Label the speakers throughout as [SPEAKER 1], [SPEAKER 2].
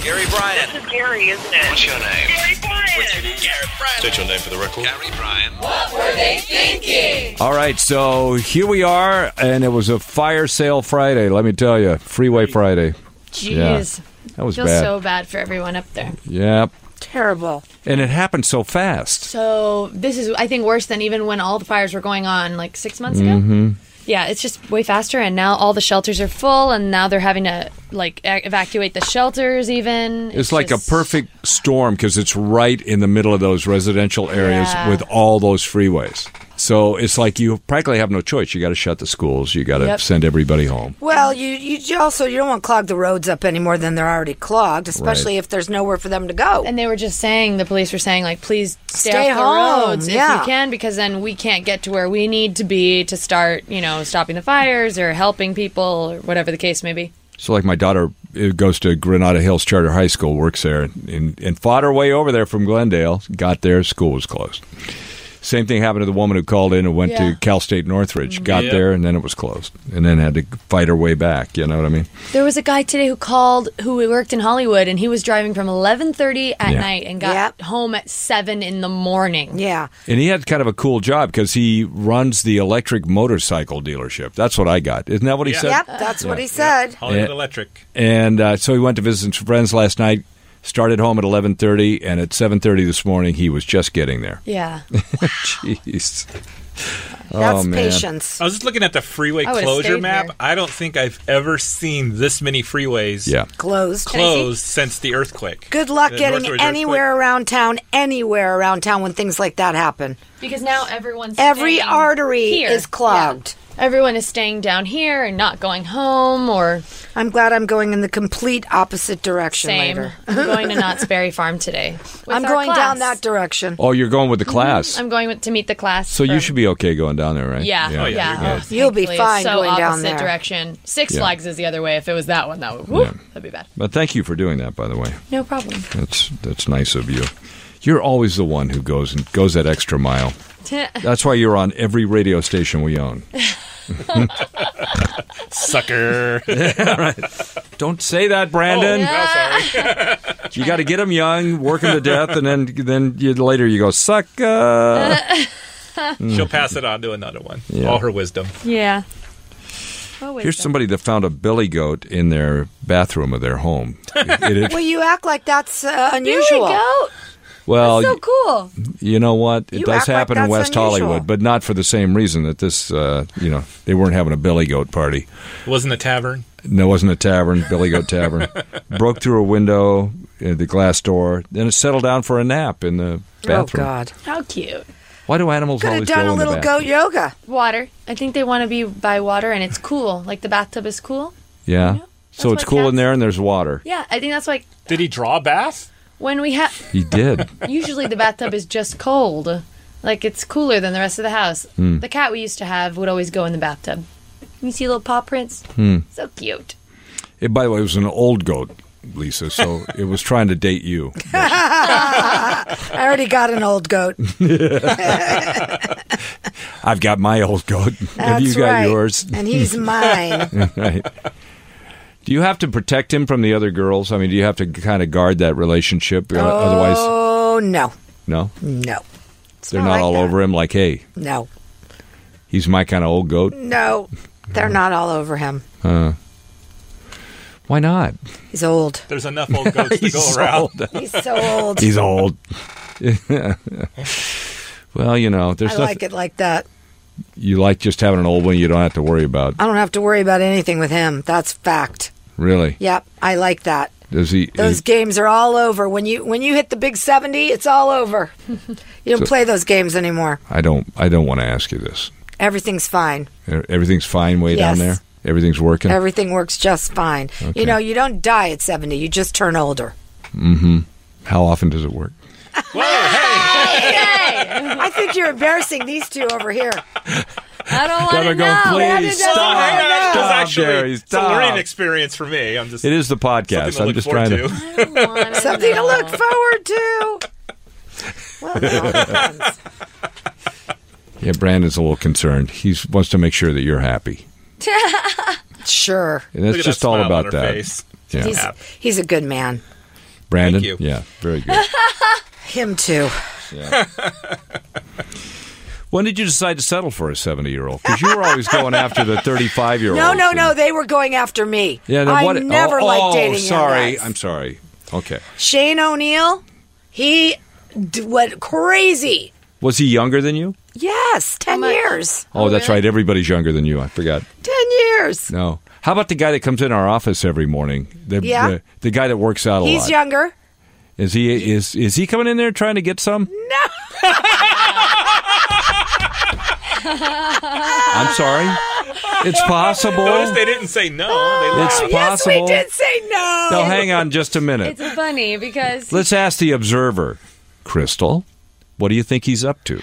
[SPEAKER 1] Gary Bryan.
[SPEAKER 2] This is Gary, isn't it?
[SPEAKER 1] What's your name?
[SPEAKER 2] Gary Bryan.
[SPEAKER 1] Gary Bryan.
[SPEAKER 3] State your name for the record.
[SPEAKER 1] Gary Bryan.
[SPEAKER 4] All right, so here we are, and it was a fire sale Friday. Let me tell you, Freeway Friday.
[SPEAKER 5] Jeez.
[SPEAKER 4] That was
[SPEAKER 5] Feels
[SPEAKER 4] bad.
[SPEAKER 5] so bad for everyone up there.
[SPEAKER 4] Yep,
[SPEAKER 6] Terrible.
[SPEAKER 4] and it happened so fast.
[SPEAKER 5] So this is, I think, worse than even when all the fires were going on like six months
[SPEAKER 4] Mm-hmm.
[SPEAKER 5] ago. Yeah, it's just way faster, and now all the shelters are full, and now they're having to like e- evacuate the shelters. Even
[SPEAKER 4] It's like
[SPEAKER 5] just-
[SPEAKER 4] a perfect storm because it's right in the middle of those residential areas
[SPEAKER 5] Yeah.
[SPEAKER 4] with all those freeways. So it's like you practically have no choice. You got to shut the schools. You got to
[SPEAKER 5] Yep.
[SPEAKER 4] send everybody home.
[SPEAKER 6] Well, you, you also you don't want to clog the roads up any more than they're already clogged, especially
[SPEAKER 4] Right.
[SPEAKER 6] if there's nowhere for them to go.
[SPEAKER 5] And they were just saying, the police were saying, like, please stay,
[SPEAKER 6] Stay
[SPEAKER 5] off
[SPEAKER 6] home,
[SPEAKER 5] the roads if
[SPEAKER 6] yeah.
[SPEAKER 5] you can, because then we can't get to where we need to be to start, you know, stopping the fires or helping people or whatever the case may be.
[SPEAKER 4] So like my daughter uh, goes to Granada Hills Charter High School, works there, and, and fought her way over there from Glendale. Got there, school was closed. Same thing happened to the woman who called in and went
[SPEAKER 5] Yeah.
[SPEAKER 4] to Cal State Northridge. Got
[SPEAKER 3] Yeah.
[SPEAKER 4] there and then it was closed, and then had to fight her way back. You know what I mean?
[SPEAKER 5] There was a guy today who called who worked in Hollywood, and he was driving from 11:30 at
[SPEAKER 4] Yeah.
[SPEAKER 5] night and got
[SPEAKER 6] Yep.
[SPEAKER 5] home at seven in the morning.
[SPEAKER 6] yeah.
[SPEAKER 4] And he had kind of a cool job because he runs the electric motorcycle dealership. That's what I got. Isn't that what he
[SPEAKER 3] Yeah.
[SPEAKER 4] said?
[SPEAKER 6] Yep, that's what he said.
[SPEAKER 3] Hollywood
[SPEAKER 4] Yeah.
[SPEAKER 3] Electric.
[SPEAKER 4] and uh, so he went to visit some friends last night. Started home at eleven thirty, and at seven thirty this morning, he was just getting there.
[SPEAKER 5] Yeah,
[SPEAKER 4] Jeez,
[SPEAKER 5] Oh,
[SPEAKER 6] That's
[SPEAKER 4] man.
[SPEAKER 6] patience.
[SPEAKER 3] I was just looking at the freeway
[SPEAKER 5] I would've
[SPEAKER 3] closure
[SPEAKER 5] stayed
[SPEAKER 3] map.
[SPEAKER 5] there.
[SPEAKER 3] I don't think I've ever seen this many freeways
[SPEAKER 4] yeah.
[SPEAKER 6] Closed.
[SPEAKER 3] closed since the earthquake.
[SPEAKER 6] Good luck
[SPEAKER 3] The
[SPEAKER 6] getting
[SPEAKER 3] Northridge
[SPEAKER 6] anywhere around town, anywhere around town when things like that happen.
[SPEAKER 5] because now everyone's
[SPEAKER 6] Every
[SPEAKER 5] staying
[SPEAKER 6] artery
[SPEAKER 5] here.
[SPEAKER 6] is clogged.
[SPEAKER 5] Yeah. Everyone is staying down here and not going home or
[SPEAKER 6] I'm glad I'm going in the complete opposite direction
[SPEAKER 5] same.
[SPEAKER 6] later.
[SPEAKER 5] I'm going to Knott's Berry Farm today. with
[SPEAKER 6] I'm
[SPEAKER 5] our
[SPEAKER 6] going down
[SPEAKER 5] class.
[SPEAKER 6] that direction.
[SPEAKER 4] Oh, you're going with the class.
[SPEAKER 5] Mm-hmm. I'm going with, to meet the class.
[SPEAKER 4] so you
[SPEAKER 5] for-
[SPEAKER 4] should be okay going down there, right?
[SPEAKER 5] Yeah, yeah.
[SPEAKER 3] Oh, yeah, you're
[SPEAKER 5] Oh,
[SPEAKER 3] good.
[SPEAKER 6] You'll be
[SPEAKER 5] thankfully,
[SPEAKER 6] fine
[SPEAKER 5] so
[SPEAKER 6] going
[SPEAKER 5] opposite
[SPEAKER 6] down there.
[SPEAKER 5] direction. Six
[SPEAKER 4] Yeah.
[SPEAKER 5] Flags is the other way. If it was that one, that would whoop,
[SPEAKER 4] Yeah.
[SPEAKER 5] that'd be bad.
[SPEAKER 4] But thank you for doing that, by the way.
[SPEAKER 5] No problem.
[SPEAKER 4] That's that's nice of you. You're always the one who goes and goes that extra mile. That's why you're on every radio station we own.
[SPEAKER 3] Sucker.
[SPEAKER 4] Don't say that, Brandon.
[SPEAKER 3] oh, sorry.
[SPEAKER 4] You got to get them young, work them to death, and then then you, later you go suck. Uh.
[SPEAKER 3] She'll pass it on to another one.
[SPEAKER 4] Mm. Yeah.
[SPEAKER 3] All her wisdom.
[SPEAKER 5] Yeah.
[SPEAKER 4] Here's somebody that found a billy goat in their bathroom of their home. It- it-
[SPEAKER 6] Well, you act like that's uh,
[SPEAKER 5] Billy
[SPEAKER 6] unusual.
[SPEAKER 5] Goat.
[SPEAKER 4] well,
[SPEAKER 5] so cool.
[SPEAKER 4] you know what? It
[SPEAKER 6] You
[SPEAKER 4] does
[SPEAKER 6] act like
[SPEAKER 4] happen in
[SPEAKER 6] that's
[SPEAKER 4] West
[SPEAKER 6] unusual.
[SPEAKER 4] Hollywood, but not for the same reason that this. Uh, you know, they weren't having a billy goat party.
[SPEAKER 3] It wasn't a tavern.
[SPEAKER 4] No, it wasn't a tavern, Billy Goat Tavern. Broke through a window, uh, the glass door, then it settled down for a nap in the
[SPEAKER 6] Oh
[SPEAKER 4] bathroom.
[SPEAKER 6] God!
[SPEAKER 5] How cute.
[SPEAKER 4] Why do animals
[SPEAKER 6] Could have
[SPEAKER 4] always
[SPEAKER 6] done
[SPEAKER 4] go
[SPEAKER 6] a
[SPEAKER 4] in the
[SPEAKER 6] little
[SPEAKER 4] bathroom?
[SPEAKER 6] goat yoga.
[SPEAKER 5] Water. I think they want to be by water, and it's cool. Like the bathtub is cool.
[SPEAKER 4] Yeah. so
[SPEAKER 5] That's
[SPEAKER 4] it's
[SPEAKER 5] why
[SPEAKER 4] cool in
[SPEAKER 5] cats-
[SPEAKER 4] there, and there's water.
[SPEAKER 5] Yeah, I think that's like
[SPEAKER 3] Did he draw a bath?
[SPEAKER 5] when we have.
[SPEAKER 4] He did.
[SPEAKER 5] Usually the bathtub is just cold. Like it's cooler than the rest of the house.
[SPEAKER 4] Hmm.
[SPEAKER 5] The cat we used to have would always go in the bathtub. You see little paw prints.
[SPEAKER 4] Hmm.
[SPEAKER 5] So cute.
[SPEAKER 4] It, by the way, it was an old goat, Lisa. So it was trying to date you.
[SPEAKER 6] I already got an old goat.
[SPEAKER 4] I've got my old goat. Have
[SPEAKER 6] That's
[SPEAKER 4] you got
[SPEAKER 6] right.
[SPEAKER 4] yours?
[SPEAKER 6] and he's mine.
[SPEAKER 4] right. Do you have to protect him from the other girls? I mean, do you have to kind of guard that relationship? Uh, Otherwise,
[SPEAKER 6] Oh no,
[SPEAKER 4] no,
[SPEAKER 6] no,
[SPEAKER 4] they're
[SPEAKER 6] not
[SPEAKER 4] not
[SPEAKER 6] like
[SPEAKER 4] all
[SPEAKER 6] that.
[SPEAKER 4] over him. Like, hey,
[SPEAKER 6] no,
[SPEAKER 4] he's my kind of old goat.
[SPEAKER 6] no. They're not all over him.
[SPEAKER 4] Why not?
[SPEAKER 6] He's old.
[SPEAKER 3] There's enough old goats to go
[SPEAKER 4] He's
[SPEAKER 3] around.
[SPEAKER 4] old.
[SPEAKER 6] He's so old.
[SPEAKER 4] He's old. well, you know, there's
[SPEAKER 6] I
[SPEAKER 4] nothing
[SPEAKER 6] like it like that.
[SPEAKER 4] you like just having an old one you don't have to worry about.
[SPEAKER 6] I don't have to worry about anything with him. That's fact.
[SPEAKER 4] Really?
[SPEAKER 6] Yep, I like that.
[SPEAKER 4] Does he?
[SPEAKER 6] Those
[SPEAKER 4] is-
[SPEAKER 6] games are all over. When you when you hit the big seventy, it's all over. You don't play those games anymore.
[SPEAKER 4] I don't. I don't want to ask you this.
[SPEAKER 6] Everything's fine.
[SPEAKER 4] E- Everything's fine way down there.
[SPEAKER 6] Yes.
[SPEAKER 4] Everything's working.
[SPEAKER 6] Everything works just fine.
[SPEAKER 4] Okay.
[SPEAKER 6] You know, you don't die at seventy. You just turn older.
[SPEAKER 4] How often does it work?
[SPEAKER 3] Whoa, hey!
[SPEAKER 6] I think you're embarrassing these two over here.
[SPEAKER 5] I don't want
[SPEAKER 4] Gotta
[SPEAKER 5] to
[SPEAKER 4] go,
[SPEAKER 5] know.
[SPEAKER 4] please
[SPEAKER 6] Stop.
[SPEAKER 3] Oh, hang on,
[SPEAKER 6] no.
[SPEAKER 3] this is actually
[SPEAKER 4] Gary,
[SPEAKER 3] it's a learning
[SPEAKER 4] stop.
[SPEAKER 3] experience for me. I'm just
[SPEAKER 4] It is the
[SPEAKER 3] something
[SPEAKER 4] podcast.
[SPEAKER 3] to
[SPEAKER 4] I'm
[SPEAKER 3] look
[SPEAKER 4] just
[SPEAKER 3] forward
[SPEAKER 4] trying to.
[SPEAKER 3] to.
[SPEAKER 5] Wanna
[SPEAKER 6] Something to
[SPEAKER 5] know.
[SPEAKER 6] look forward to. Well, now, friends.
[SPEAKER 4] Yeah, Brandon's a little concerned. He wants to make sure that you're happy,
[SPEAKER 6] sure.
[SPEAKER 4] and that's
[SPEAKER 3] Look at
[SPEAKER 4] just
[SPEAKER 3] that
[SPEAKER 4] all
[SPEAKER 3] smile
[SPEAKER 4] about
[SPEAKER 3] on her
[SPEAKER 4] that.
[SPEAKER 3] Face.
[SPEAKER 4] Yeah.
[SPEAKER 6] He's, he's a good man.
[SPEAKER 4] Brandon?
[SPEAKER 3] Thank you.
[SPEAKER 4] Yeah, very good.
[SPEAKER 6] Him too.
[SPEAKER 4] when did you decide to settle for a 70 year old? Because you were always going after the 35 year old.
[SPEAKER 6] No, no, no. They were going after me.
[SPEAKER 4] Yeah, then
[SPEAKER 6] I
[SPEAKER 4] what?
[SPEAKER 6] never
[SPEAKER 4] oh,
[SPEAKER 6] liked
[SPEAKER 4] oh,
[SPEAKER 6] dating young
[SPEAKER 4] sorry.
[SPEAKER 6] guys.
[SPEAKER 4] I'm sorry. Okay.
[SPEAKER 6] Shane O'Neill, he d- went crazy.
[SPEAKER 4] Was he younger than you?
[SPEAKER 6] Yes, ten
[SPEAKER 5] much?
[SPEAKER 6] years.
[SPEAKER 4] Oh,
[SPEAKER 5] Oh,
[SPEAKER 4] that's
[SPEAKER 5] really?
[SPEAKER 4] right. Everybody's younger than you. I forgot.
[SPEAKER 6] Ten years.
[SPEAKER 4] No. How about the guy that comes in our office every morning? The,
[SPEAKER 6] Yeah.
[SPEAKER 4] The, the guy that works out a
[SPEAKER 6] He's
[SPEAKER 4] lot.
[SPEAKER 6] younger.
[SPEAKER 4] Is he is is he coming in there trying to get some? No. I'm sorry. It's
[SPEAKER 3] Notice
[SPEAKER 4] possible.
[SPEAKER 3] they didn't say no. They
[SPEAKER 4] It's
[SPEAKER 3] laughed.
[SPEAKER 6] Oh, yes, we
[SPEAKER 4] possible.
[SPEAKER 6] did say no.
[SPEAKER 4] No, hang on just a minute.
[SPEAKER 5] It's funny because
[SPEAKER 4] Let's ask the observer, Crystal. What do you think he's up to?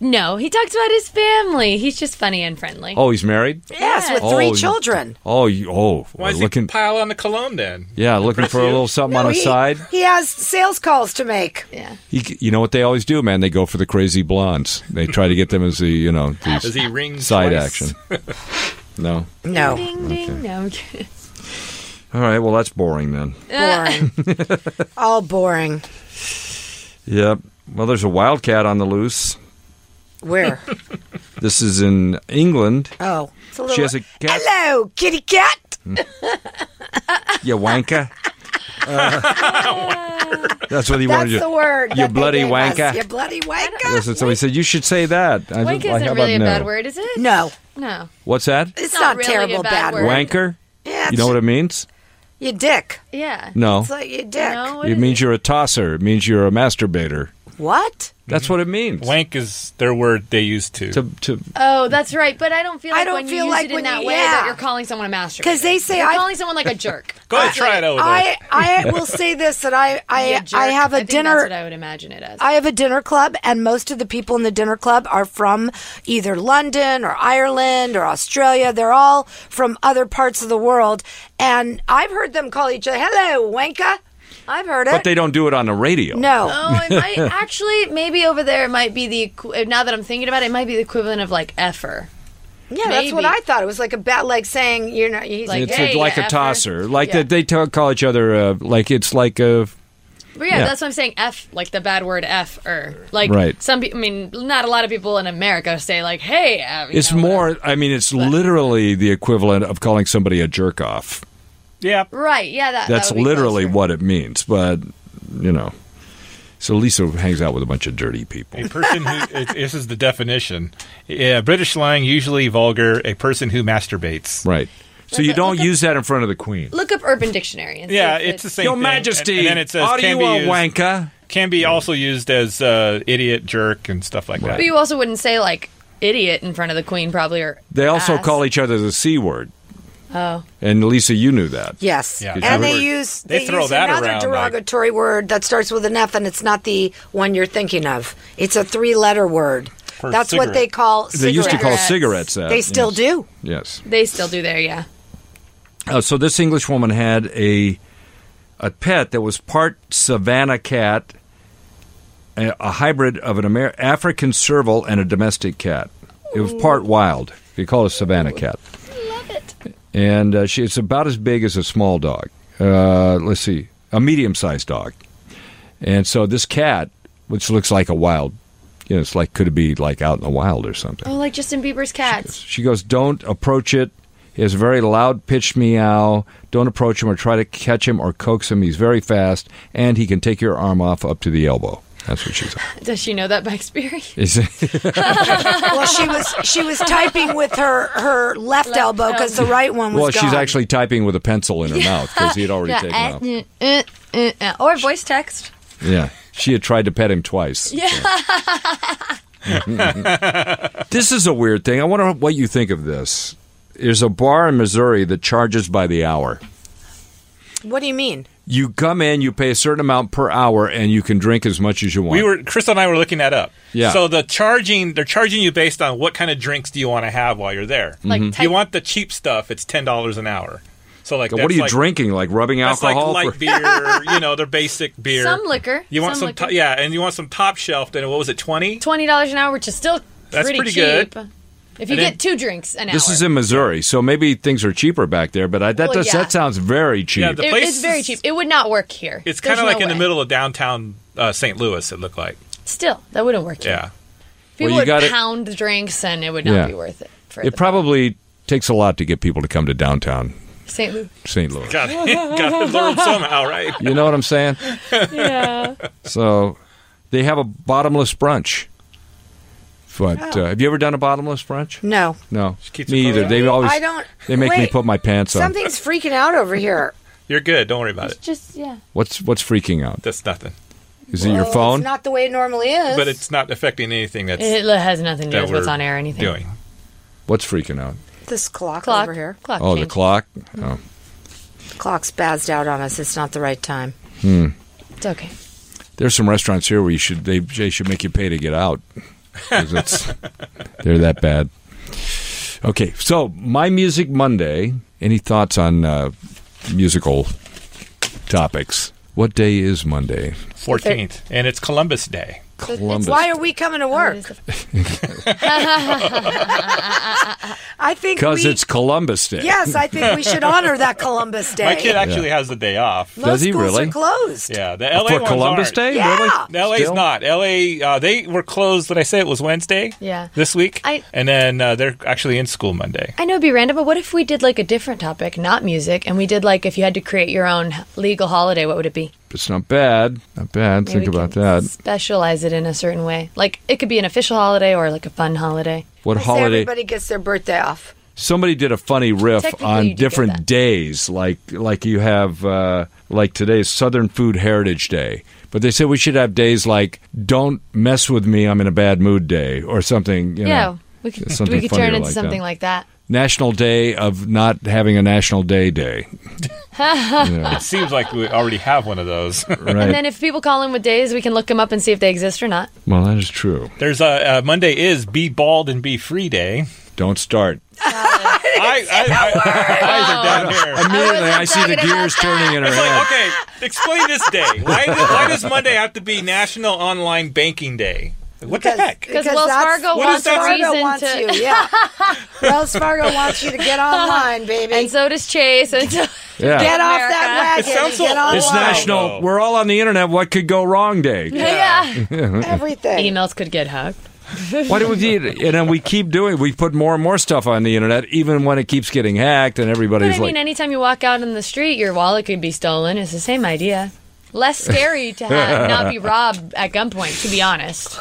[SPEAKER 5] no, he talks about his family. He's just funny and friendly.
[SPEAKER 4] Oh, he's married.
[SPEAKER 6] yes, with
[SPEAKER 4] Oh,
[SPEAKER 6] three
[SPEAKER 4] you-
[SPEAKER 6] children.
[SPEAKER 4] Oh, you, oh,
[SPEAKER 3] Why is
[SPEAKER 4] looking.
[SPEAKER 3] he pile on the cologne then?
[SPEAKER 4] Yeah, looking for a little something on
[SPEAKER 6] No,
[SPEAKER 4] the
[SPEAKER 6] he-
[SPEAKER 4] side.
[SPEAKER 6] He has sales calls to make.
[SPEAKER 5] Yeah.
[SPEAKER 4] He, you know what they always do, man? They go for the crazy blondes. They try to get them as the you know these
[SPEAKER 3] Does he ring
[SPEAKER 4] side
[SPEAKER 3] twice?
[SPEAKER 4] action. No.
[SPEAKER 6] No,
[SPEAKER 5] Ding ding. No, I'm kidding.
[SPEAKER 4] All right. Well, that's boring then.
[SPEAKER 6] boring. All boring.
[SPEAKER 4] Yep. Well, there's a wildcat on the loose.
[SPEAKER 6] Where?
[SPEAKER 4] This is in England.
[SPEAKER 6] Oh, it's a little.
[SPEAKER 4] She has a cat.
[SPEAKER 6] Hello, kitty cat.
[SPEAKER 4] You wanker. Uh, that's what he wanted
[SPEAKER 6] That's
[SPEAKER 4] you.
[SPEAKER 6] the word.
[SPEAKER 4] You
[SPEAKER 6] that they
[SPEAKER 4] bloody
[SPEAKER 6] gave us.
[SPEAKER 4] wanker.
[SPEAKER 6] You bloody wanker.
[SPEAKER 4] That's what somebody said. You should say that. I
[SPEAKER 5] Wank
[SPEAKER 4] just- like,
[SPEAKER 5] isn't
[SPEAKER 4] how about
[SPEAKER 5] really a
[SPEAKER 4] no?
[SPEAKER 5] bad word, is it?
[SPEAKER 6] No,
[SPEAKER 5] No.
[SPEAKER 4] What's that?
[SPEAKER 6] it's
[SPEAKER 5] Not
[SPEAKER 6] not,
[SPEAKER 5] really a
[SPEAKER 6] terrible.
[SPEAKER 5] bad
[SPEAKER 6] Bad,
[SPEAKER 5] word.
[SPEAKER 4] Wanker.
[SPEAKER 6] Yeah,
[SPEAKER 4] You know what it means?
[SPEAKER 6] You dick.
[SPEAKER 5] Yeah.
[SPEAKER 4] No.
[SPEAKER 6] It's like you dick.
[SPEAKER 5] No, what
[SPEAKER 4] It
[SPEAKER 5] is
[SPEAKER 4] means you're a tosser. It means you're a masturbator.
[SPEAKER 6] What?
[SPEAKER 4] That's what it means.
[SPEAKER 3] Wank is their word they used to.
[SPEAKER 4] To, to
[SPEAKER 5] Oh, that's right. But I don't feel
[SPEAKER 6] I
[SPEAKER 5] like
[SPEAKER 6] don't
[SPEAKER 5] when
[SPEAKER 6] feel
[SPEAKER 5] you use
[SPEAKER 6] like
[SPEAKER 5] it in
[SPEAKER 6] when
[SPEAKER 5] that
[SPEAKER 6] you-
[SPEAKER 5] way
[SPEAKER 6] yeah.
[SPEAKER 5] that you're calling someone a masturbator.
[SPEAKER 6] 'Cause they say
[SPEAKER 5] you're
[SPEAKER 6] I-
[SPEAKER 5] calling someone like a jerk.
[SPEAKER 3] Go ahead, try it over.
[SPEAKER 6] I I will say this that I
[SPEAKER 5] Like
[SPEAKER 6] I
[SPEAKER 5] a jerk.
[SPEAKER 6] I have a
[SPEAKER 5] think
[SPEAKER 6] dinner.
[SPEAKER 5] That's what I would imagine it as.
[SPEAKER 6] I have a dinner club, and most of the people in the dinner club are from either London or Ireland or Australia. They're all from other parts of the world, and I've heard them call each other "Hello, Wanka." I've heard it.
[SPEAKER 4] but they don't do it on the radio.
[SPEAKER 6] no,
[SPEAKER 5] Oh, it might actually maybe over there it might be the equ- now that I'm thinking about it, it might be the equivalent of like effer.
[SPEAKER 6] yeah, that's what
[SPEAKER 5] maybe.
[SPEAKER 6] I thought. It was like a bat, like saying you're not. He's
[SPEAKER 5] Like,
[SPEAKER 6] like,
[SPEAKER 4] It's
[SPEAKER 5] hey,
[SPEAKER 4] a- like
[SPEAKER 5] you
[SPEAKER 4] a
[SPEAKER 5] effer.
[SPEAKER 4] tosser. Like
[SPEAKER 5] Yeah.
[SPEAKER 4] that they t- call each other. Uh, like it's like a.
[SPEAKER 5] But yeah,
[SPEAKER 4] Yeah.
[SPEAKER 5] that's what I'm saying. F like the bad word F er. Like
[SPEAKER 4] Right.
[SPEAKER 5] some people. I mean, not a lot of people in America say like, hey. uh, you
[SPEAKER 4] It's
[SPEAKER 5] know,
[SPEAKER 4] more. I mean, it's literally the equivalent of calling somebody a jerk off.
[SPEAKER 3] yeah.
[SPEAKER 5] Right. Yeah. That.
[SPEAKER 4] That's
[SPEAKER 5] that would be
[SPEAKER 4] literally
[SPEAKER 5] closer.
[SPEAKER 4] what it means. But you know, so Lisa hangs out with a bunch of dirty people.
[SPEAKER 3] A person who it's, this is the definition. Yeah, British slang usually vulgar. A person who masturbates.
[SPEAKER 4] Right. So
[SPEAKER 5] Look
[SPEAKER 4] you
[SPEAKER 5] at-
[SPEAKER 4] don't
[SPEAKER 5] look at-
[SPEAKER 4] use that in front of the queen.
[SPEAKER 5] Look up Urban Dictionary. And see
[SPEAKER 3] Yeah,
[SPEAKER 5] if
[SPEAKER 3] it's the same.
[SPEAKER 4] Your
[SPEAKER 3] thing.
[SPEAKER 4] Majesty,
[SPEAKER 3] and, and then it says
[SPEAKER 4] are
[SPEAKER 3] can
[SPEAKER 4] you
[SPEAKER 3] be
[SPEAKER 4] a
[SPEAKER 3] used,
[SPEAKER 4] wanker?
[SPEAKER 3] Can be also used as uh, idiot, jerk, and stuff like
[SPEAKER 5] But
[SPEAKER 3] that.
[SPEAKER 5] you also wouldn't say like idiot in front of the queen, probably. Or
[SPEAKER 4] They also
[SPEAKER 5] ass.
[SPEAKER 4] call each other the c word.
[SPEAKER 5] Oh.
[SPEAKER 4] And Lisa, you knew that.
[SPEAKER 6] yes,
[SPEAKER 3] Yeah.
[SPEAKER 6] and
[SPEAKER 3] Word.
[SPEAKER 6] they use
[SPEAKER 3] They
[SPEAKER 6] they,
[SPEAKER 3] throw
[SPEAKER 6] use
[SPEAKER 3] that
[SPEAKER 6] another
[SPEAKER 3] around, like-
[SPEAKER 6] derogatory word that starts with an F, and it's not the one you're thinking of. It's a three-letter word.
[SPEAKER 3] For
[SPEAKER 6] that's what
[SPEAKER 3] cigarette.
[SPEAKER 6] they call.
[SPEAKER 4] They used to call
[SPEAKER 5] Cigarettes.
[SPEAKER 4] cigarettes that.
[SPEAKER 6] They still do.
[SPEAKER 4] Yes.
[SPEAKER 5] They still do there. Yeah.
[SPEAKER 4] Uh, so this English woman had a a pet that was part savannah cat, a, a hybrid of an Amer- African serval and a domestic cat. It was part wild. They call it a savannah cat.
[SPEAKER 5] Love it.
[SPEAKER 4] and uh, she, it's about as big as a small dog. Uh, let's see, a medium-sized dog. And so this cat, which looks like a wild, you know, it's like could it be like out in the wild or something?
[SPEAKER 5] Oh, like Justin Bieber's cats.
[SPEAKER 4] She goes, "Don't approach it. He has a very loud pitched meow. Don't approach him or try to catch him or coax him. He's very fast, and he can take your arm off up to the elbow." That's what she said.
[SPEAKER 5] Does she know that by experience?
[SPEAKER 4] Is it-
[SPEAKER 6] well, she was she was typing with her her left, elbow because the right one was
[SPEAKER 4] well, she's
[SPEAKER 6] gone.
[SPEAKER 4] actually typing with a pencil in her mouth because he had already taken off.
[SPEAKER 5] Yeah, uh, uh, uh, uh, or voice text.
[SPEAKER 4] Yeah. She had tried to pet him twice.
[SPEAKER 5] Yeah.
[SPEAKER 4] this is a weird thing. I wonder what you think of this. There's a bar in Missouri that charges by the hour.
[SPEAKER 6] What do you mean?
[SPEAKER 4] You come in, you pay a certain amount per hour, and you can drink as much as you want.
[SPEAKER 3] We were Crystal and I were looking that up.
[SPEAKER 4] Yeah.
[SPEAKER 3] So the charging, they're charging you based on what kind of drinks do you want to have while you're there.
[SPEAKER 5] Like
[SPEAKER 4] Mm-hmm.
[SPEAKER 5] Mhm.
[SPEAKER 3] you
[SPEAKER 5] type-
[SPEAKER 3] want the cheap stuff, it's ten dollars an hour. So like,
[SPEAKER 4] What
[SPEAKER 3] that's
[SPEAKER 4] are you
[SPEAKER 3] like-
[SPEAKER 4] drinking? Like rubbing
[SPEAKER 3] That's
[SPEAKER 4] alcohol?
[SPEAKER 3] like
[SPEAKER 4] for-
[SPEAKER 3] light beer, you know, their basic beer.
[SPEAKER 5] Some liquor,
[SPEAKER 3] You want
[SPEAKER 5] some
[SPEAKER 3] some,
[SPEAKER 5] liquor.
[SPEAKER 3] to- yeah, and you want some top shelf. Then what was it, twenty?
[SPEAKER 5] Twenty dollars an hour, which is still
[SPEAKER 3] That's
[SPEAKER 5] pretty,
[SPEAKER 3] pretty
[SPEAKER 5] cheap.
[SPEAKER 3] good.
[SPEAKER 5] If you
[SPEAKER 3] And
[SPEAKER 5] get
[SPEAKER 3] it-
[SPEAKER 5] two drinks an hour.
[SPEAKER 4] This is in Missouri, so maybe things are cheaper back there. But I, that
[SPEAKER 5] Well,
[SPEAKER 4] does,
[SPEAKER 5] yeah.
[SPEAKER 4] that sounds very cheap.
[SPEAKER 3] Yeah, the-
[SPEAKER 5] It-
[SPEAKER 3] place
[SPEAKER 5] it's very
[SPEAKER 3] is-
[SPEAKER 5] cheap. It would not work here. There's
[SPEAKER 3] It's kind of
[SPEAKER 5] no
[SPEAKER 3] like in the
[SPEAKER 5] way.
[SPEAKER 3] middle of downtown uh, St. Louis. It looked like.
[SPEAKER 5] Still, that wouldn't work here.
[SPEAKER 3] Yeah.
[SPEAKER 5] People
[SPEAKER 4] you
[SPEAKER 5] would
[SPEAKER 4] gotta-
[SPEAKER 5] pound the drinks, and it would not
[SPEAKER 4] Yeah.
[SPEAKER 5] be worth it. For
[SPEAKER 4] it
[SPEAKER 5] the-
[SPEAKER 4] probably takes a lot to get people to come to downtown
[SPEAKER 5] St. Louis.
[SPEAKER 4] St. Louis.
[SPEAKER 3] Got got to lure 'em somehow, right?
[SPEAKER 4] You know what I'm saying?
[SPEAKER 5] Yeah.
[SPEAKER 4] So they have a bottomless brunch.
[SPEAKER 6] Oh.
[SPEAKER 4] But uh, have you ever done a bottomless brunch?
[SPEAKER 6] No.
[SPEAKER 4] No,
[SPEAKER 3] keeps
[SPEAKER 4] me
[SPEAKER 3] it
[SPEAKER 4] either.
[SPEAKER 3] closed.
[SPEAKER 4] They always
[SPEAKER 6] I don't-
[SPEAKER 4] Oh, they make me
[SPEAKER 6] wait.
[SPEAKER 4] put my pants on.
[SPEAKER 6] Something's freaking out over here.
[SPEAKER 3] You're good. Don't worry about it.
[SPEAKER 5] Just yeah.
[SPEAKER 4] What's what's freaking out?
[SPEAKER 3] That's nothing.
[SPEAKER 4] Is it your
[SPEAKER 6] Well,
[SPEAKER 4] phone?
[SPEAKER 6] Oh, It's not the way it normally is.
[SPEAKER 3] But it's not affecting anything that's
[SPEAKER 5] It has nothing to do
[SPEAKER 3] that
[SPEAKER 5] with
[SPEAKER 3] we're
[SPEAKER 5] what's on air or anything.
[SPEAKER 3] doing.
[SPEAKER 4] what's freaking out?
[SPEAKER 6] this clock, Mm-hmm.
[SPEAKER 5] Clock.
[SPEAKER 6] over here.
[SPEAKER 5] Clock.
[SPEAKER 4] Oh, the
[SPEAKER 5] change.
[SPEAKER 4] clock. Oh.
[SPEAKER 6] The clock's spazzed out on us. It's not the right time.
[SPEAKER 5] It's okay.
[SPEAKER 4] There's some restaurants here where you should they, they should make you pay to get out 'Cause it's, they're that bad. Okay, so my music Monday. Any thoughts on uh, musical topics? What day is Monday?
[SPEAKER 3] 14th, and it's Columbus Day.
[SPEAKER 4] Columbus.
[SPEAKER 6] Why are we coming to work? I think
[SPEAKER 4] Because
[SPEAKER 6] we-
[SPEAKER 4] it's Columbus Day.
[SPEAKER 6] Yes, I think we should honor that Columbus Day.
[SPEAKER 3] My kid actually has the day off.
[SPEAKER 6] Most
[SPEAKER 4] Does he
[SPEAKER 6] schools
[SPEAKER 4] really?
[SPEAKER 6] are closed.
[SPEAKER 3] Yeah, the LA
[SPEAKER 4] for
[SPEAKER 3] ones
[SPEAKER 4] Columbus
[SPEAKER 3] aren't.
[SPEAKER 4] Day.
[SPEAKER 6] Yeah.
[SPEAKER 4] Really?
[SPEAKER 3] The LA's
[SPEAKER 4] Still?
[SPEAKER 3] not. LA, uh, they were closed. Did I say it was Wednesday?
[SPEAKER 5] Yeah.
[SPEAKER 3] This week,
[SPEAKER 5] I-
[SPEAKER 3] and then uh, they're actually in school Monday.
[SPEAKER 5] I know it'd be random, but what if we did like a different topic, not music, and we did like if you had to create your own legal holiday, what would it be?
[SPEAKER 4] It's not bad. Not bad.
[SPEAKER 5] Maybe
[SPEAKER 4] Think
[SPEAKER 5] we
[SPEAKER 4] about
[SPEAKER 5] can
[SPEAKER 4] that.
[SPEAKER 5] Specialize it in a certain way. Like it could be an official holiday or like a fun holiday.
[SPEAKER 4] What
[SPEAKER 6] I say
[SPEAKER 4] holiday?
[SPEAKER 6] Everybody gets their birthday off.
[SPEAKER 4] somebody did a funny riff
[SPEAKER 5] Technically, you
[SPEAKER 4] on
[SPEAKER 5] did get
[SPEAKER 4] different
[SPEAKER 5] that.
[SPEAKER 4] days, like like you have uh, like today's Southern Food Heritage Day. But they said we should have days like "Don't mess with me, I'm in a bad mood" day or something. You
[SPEAKER 5] Yeah.
[SPEAKER 4] know,
[SPEAKER 5] we could,
[SPEAKER 4] something
[SPEAKER 5] we could
[SPEAKER 4] funnier
[SPEAKER 5] turn it into
[SPEAKER 4] like
[SPEAKER 5] something
[SPEAKER 4] that.
[SPEAKER 5] like that.
[SPEAKER 4] National Day of not having a National Day day.
[SPEAKER 3] It seems like we already have one of those.
[SPEAKER 4] Right.
[SPEAKER 5] And then if people call in with days, we can look them up and see if they exist or not.
[SPEAKER 4] well, that is true.
[SPEAKER 3] There's a uh, Monday is Be Bald and Be Free Day.
[SPEAKER 4] Don't start.
[SPEAKER 3] I, I, I, eyes are down here.
[SPEAKER 4] Immediately, I, see the
[SPEAKER 5] talking about
[SPEAKER 4] gears turning in her
[SPEAKER 3] It's
[SPEAKER 4] head.
[SPEAKER 3] like, okay, explain this day. Why, does- why does Monday have to be National Online Banking Day? What the heck?
[SPEAKER 5] Because Wells
[SPEAKER 6] that's-
[SPEAKER 5] Fargo
[SPEAKER 3] What is
[SPEAKER 5] wants a
[SPEAKER 3] that- Fargo
[SPEAKER 5] reason
[SPEAKER 6] wants
[SPEAKER 5] to.
[SPEAKER 6] you. Yeah, Wells Fargo wants you to get online, baby.
[SPEAKER 5] And so does Chase. And so,
[SPEAKER 4] Yeah.
[SPEAKER 6] get off
[SPEAKER 5] America.
[SPEAKER 6] that
[SPEAKER 3] It
[SPEAKER 6] wagon.
[SPEAKER 3] sounds so
[SPEAKER 6] get online.
[SPEAKER 4] it's
[SPEAKER 3] Wow.
[SPEAKER 4] National.
[SPEAKER 3] Wow.
[SPEAKER 4] We're all on the internet. What could go wrong day?
[SPEAKER 5] yeah.
[SPEAKER 6] Everything.
[SPEAKER 5] Emails could get hacked.
[SPEAKER 4] Why do we need it? And then we keep doing. We put more and more stuff on the internet, even when it keeps getting hacked, and
[SPEAKER 5] But
[SPEAKER 4] everybody's
[SPEAKER 5] I mean,
[SPEAKER 4] like,
[SPEAKER 5] anytime you walk out on the street, your wallet could be stolen. It's the same idea. Less scary to have, not be robbed at gunpoint, to be honest.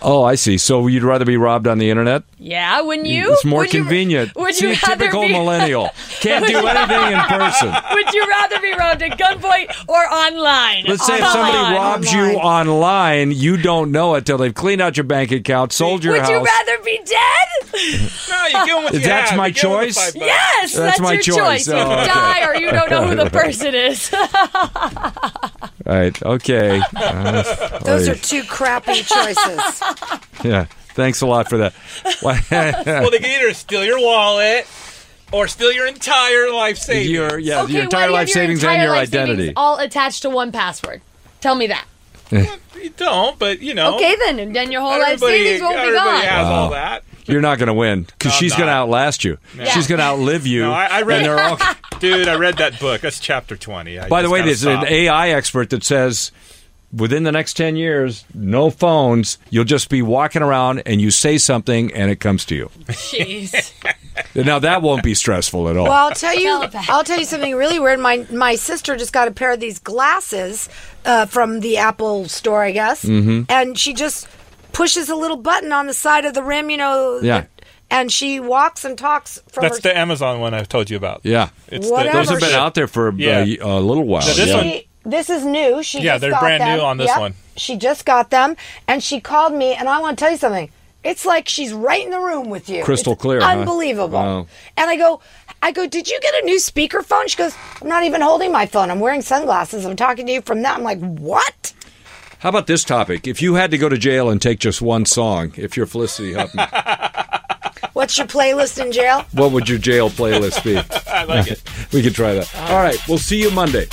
[SPEAKER 4] "Oh, I see." So you'd rather be robbed on the internet?
[SPEAKER 5] Yeah, wouldn't you?
[SPEAKER 4] It's more
[SPEAKER 5] Would you-
[SPEAKER 4] convenient.
[SPEAKER 5] would
[SPEAKER 4] see,
[SPEAKER 5] you rather
[SPEAKER 4] typical
[SPEAKER 5] be-
[SPEAKER 4] millennial can't do anything in person.
[SPEAKER 5] Would you rather be robbed at gunpoint or online?
[SPEAKER 4] Let's say if
[SPEAKER 5] Come
[SPEAKER 4] somebody
[SPEAKER 5] on.
[SPEAKER 4] robs you online, you don't know it till they've cleaned out your bank account, sold your
[SPEAKER 5] Would
[SPEAKER 4] house.
[SPEAKER 5] you rather be dead?
[SPEAKER 3] No, you give them what you
[SPEAKER 4] That's
[SPEAKER 3] have.
[SPEAKER 4] my
[SPEAKER 3] You give 'em the
[SPEAKER 4] choice?
[SPEAKER 3] five bucks.
[SPEAKER 5] Yes,
[SPEAKER 4] That's
[SPEAKER 5] that's,
[SPEAKER 4] my
[SPEAKER 5] your
[SPEAKER 4] choice.
[SPEAKER 5] choice. You
[SPEAKER 4] Oh, okay.
[SPEAKER 5] die or you don't know who the person is.
[SPEAKER 4] right? Okay. Uh,
[SPEAKER 6] Those
[SPEAKER 4] oy.
[SPEAKER 6] are two crappy choices.
[SPEAKER 4] yeah. Thanks a lot for that. Why-
[SPEAKER 3] Well, they can either steal your wallet or steal your entire life savings.
[SPEAKER 4] your yeah,
[SPEAKER 5] okay,
[SPEAKER 4] your
[SPEAKER 5] why
[SPEAKER 4] entire
[SPEAKER 5] do you
[SPEAKER 4] life
[SPEAKER 5] have your
[SPEAKER 4] savings
[SPEAKER 5] entire
[SPEAKER 4] and your
[SPEAKER 5] life savings
[SPEAKER 4] identity.
[SPEAKER 5] all attached to one password. Tell me that.
[SPEAKER 3] You don't, but you
[SPEAKER 4] Oh.
[SPEAKER 3] know.
[SPEAKER 5] Okay, then, and then your whole life
[SPEAKER 3] Everybody,
[SPEAKER 5] savings won't be
[SPEAKER 3] everybody
[SPEAKER 5] gone.
[SPEAKER 3] has all that.
[SPEAKER 4] You're not going to win because
[SPEAKER 3] No, I'm
[SPEAKER 4] she's going to
[SPEAKER 3] not.
[SPEAKER 4] outlast you. She's going to outlive you.
[SPEAKER 3] No, I- I read-
[SPEAKER 4] and they're all-
[SPEAKER 3] Dude, I read that book. That's chapter 20. I
[SPEAKER 4] By the
[SPEAKER 3] just
[SPEAKER 4] way,
[SPEAKER 3] gotta
[SPEAKER 4] there's an
[SPEAKER 3] stop.
[SPEAKER 4] AI expert that says within the next 10 years, no phones. You'll just be walking around and you say something and it comes to you.
[SPEAKER 5] Jeez.
[SPEAKER 4] Now, that won't be stressful at all.
[SPEAKER 6] Well, I'll tell you,
[SPEAKER 5] Telepath.
[SPEAKER 6] I'll tell you something really weird. My my sister just got a pair of these glasses uh, from the Apple store, I guess,
[SPEAKER 3] Mm-hmm.
[SPEAKER 6] and she just pushes a little button on the side of the rim, you know.
[SPEAKER 4] Yeah.
[SPEAKER 6] And she walks and talks from
[SPEAKER 3] That's
[SPEAKER 6] her.
[SPEAKER 3] the Amazon one I told you about.
[SPEAKER 4] yeah.
[SPEAKER 3] It's
[SPEAKER 6] Whatever.
[SPEAKER 4] Those have been
[SPEAKER 6] Shit.
[SPEAKER 4] out there for uh,
[SPEAKER 3] Yeah.
[SPEAKER 4] y- a little while.
[SPEAKER 3] No,
[SPEAKER 4] Oh,
[SPEAKER 3] this
[SPEAKER 4] yeah.
[SPEAKER 3] one-
[SPEAKER 6] She- this is new. She
[SPEAKER 3] Yeah,
[SPEAKER 6] just
[SPEAKER 3] they're
[SPEAKER 6] got
[SPEAKER 3] brand
[SPEAKER 6] them.
[SPEAKER 3] new on this
[SPEAKER 6] Yep.
[SPEAKER 3] one.
[SPEAKER 6] She just got them, and she called me, and I want to tell you something. It's like she's right in the room with you.
[SPEAKER 4] Crystal
[SPEAKER 6] It's
[SPEAKER 4] clear, huh?
[SPEAKER 6] unbelievable.
[SPEAKER 4] Wow.
[SPEAKER 6] And I go, I go. Did you get a new speakerphone? She goes, I'm not even holding my phone. I'm wearing sunglasses. I'm talking to you from that. I'm like, what?
[SPEAKER 4] How about this topic? If you had to go to jail and take just one song, if you're Felicity Huffman,
[SPEAKER 6] What's your playlist in jail?
[SPEAKER 4] what would your jail playlist be?
[SPEAKER 3] I like it.
[SPEAKER 4] We could try that. All right. We'll see you Monday.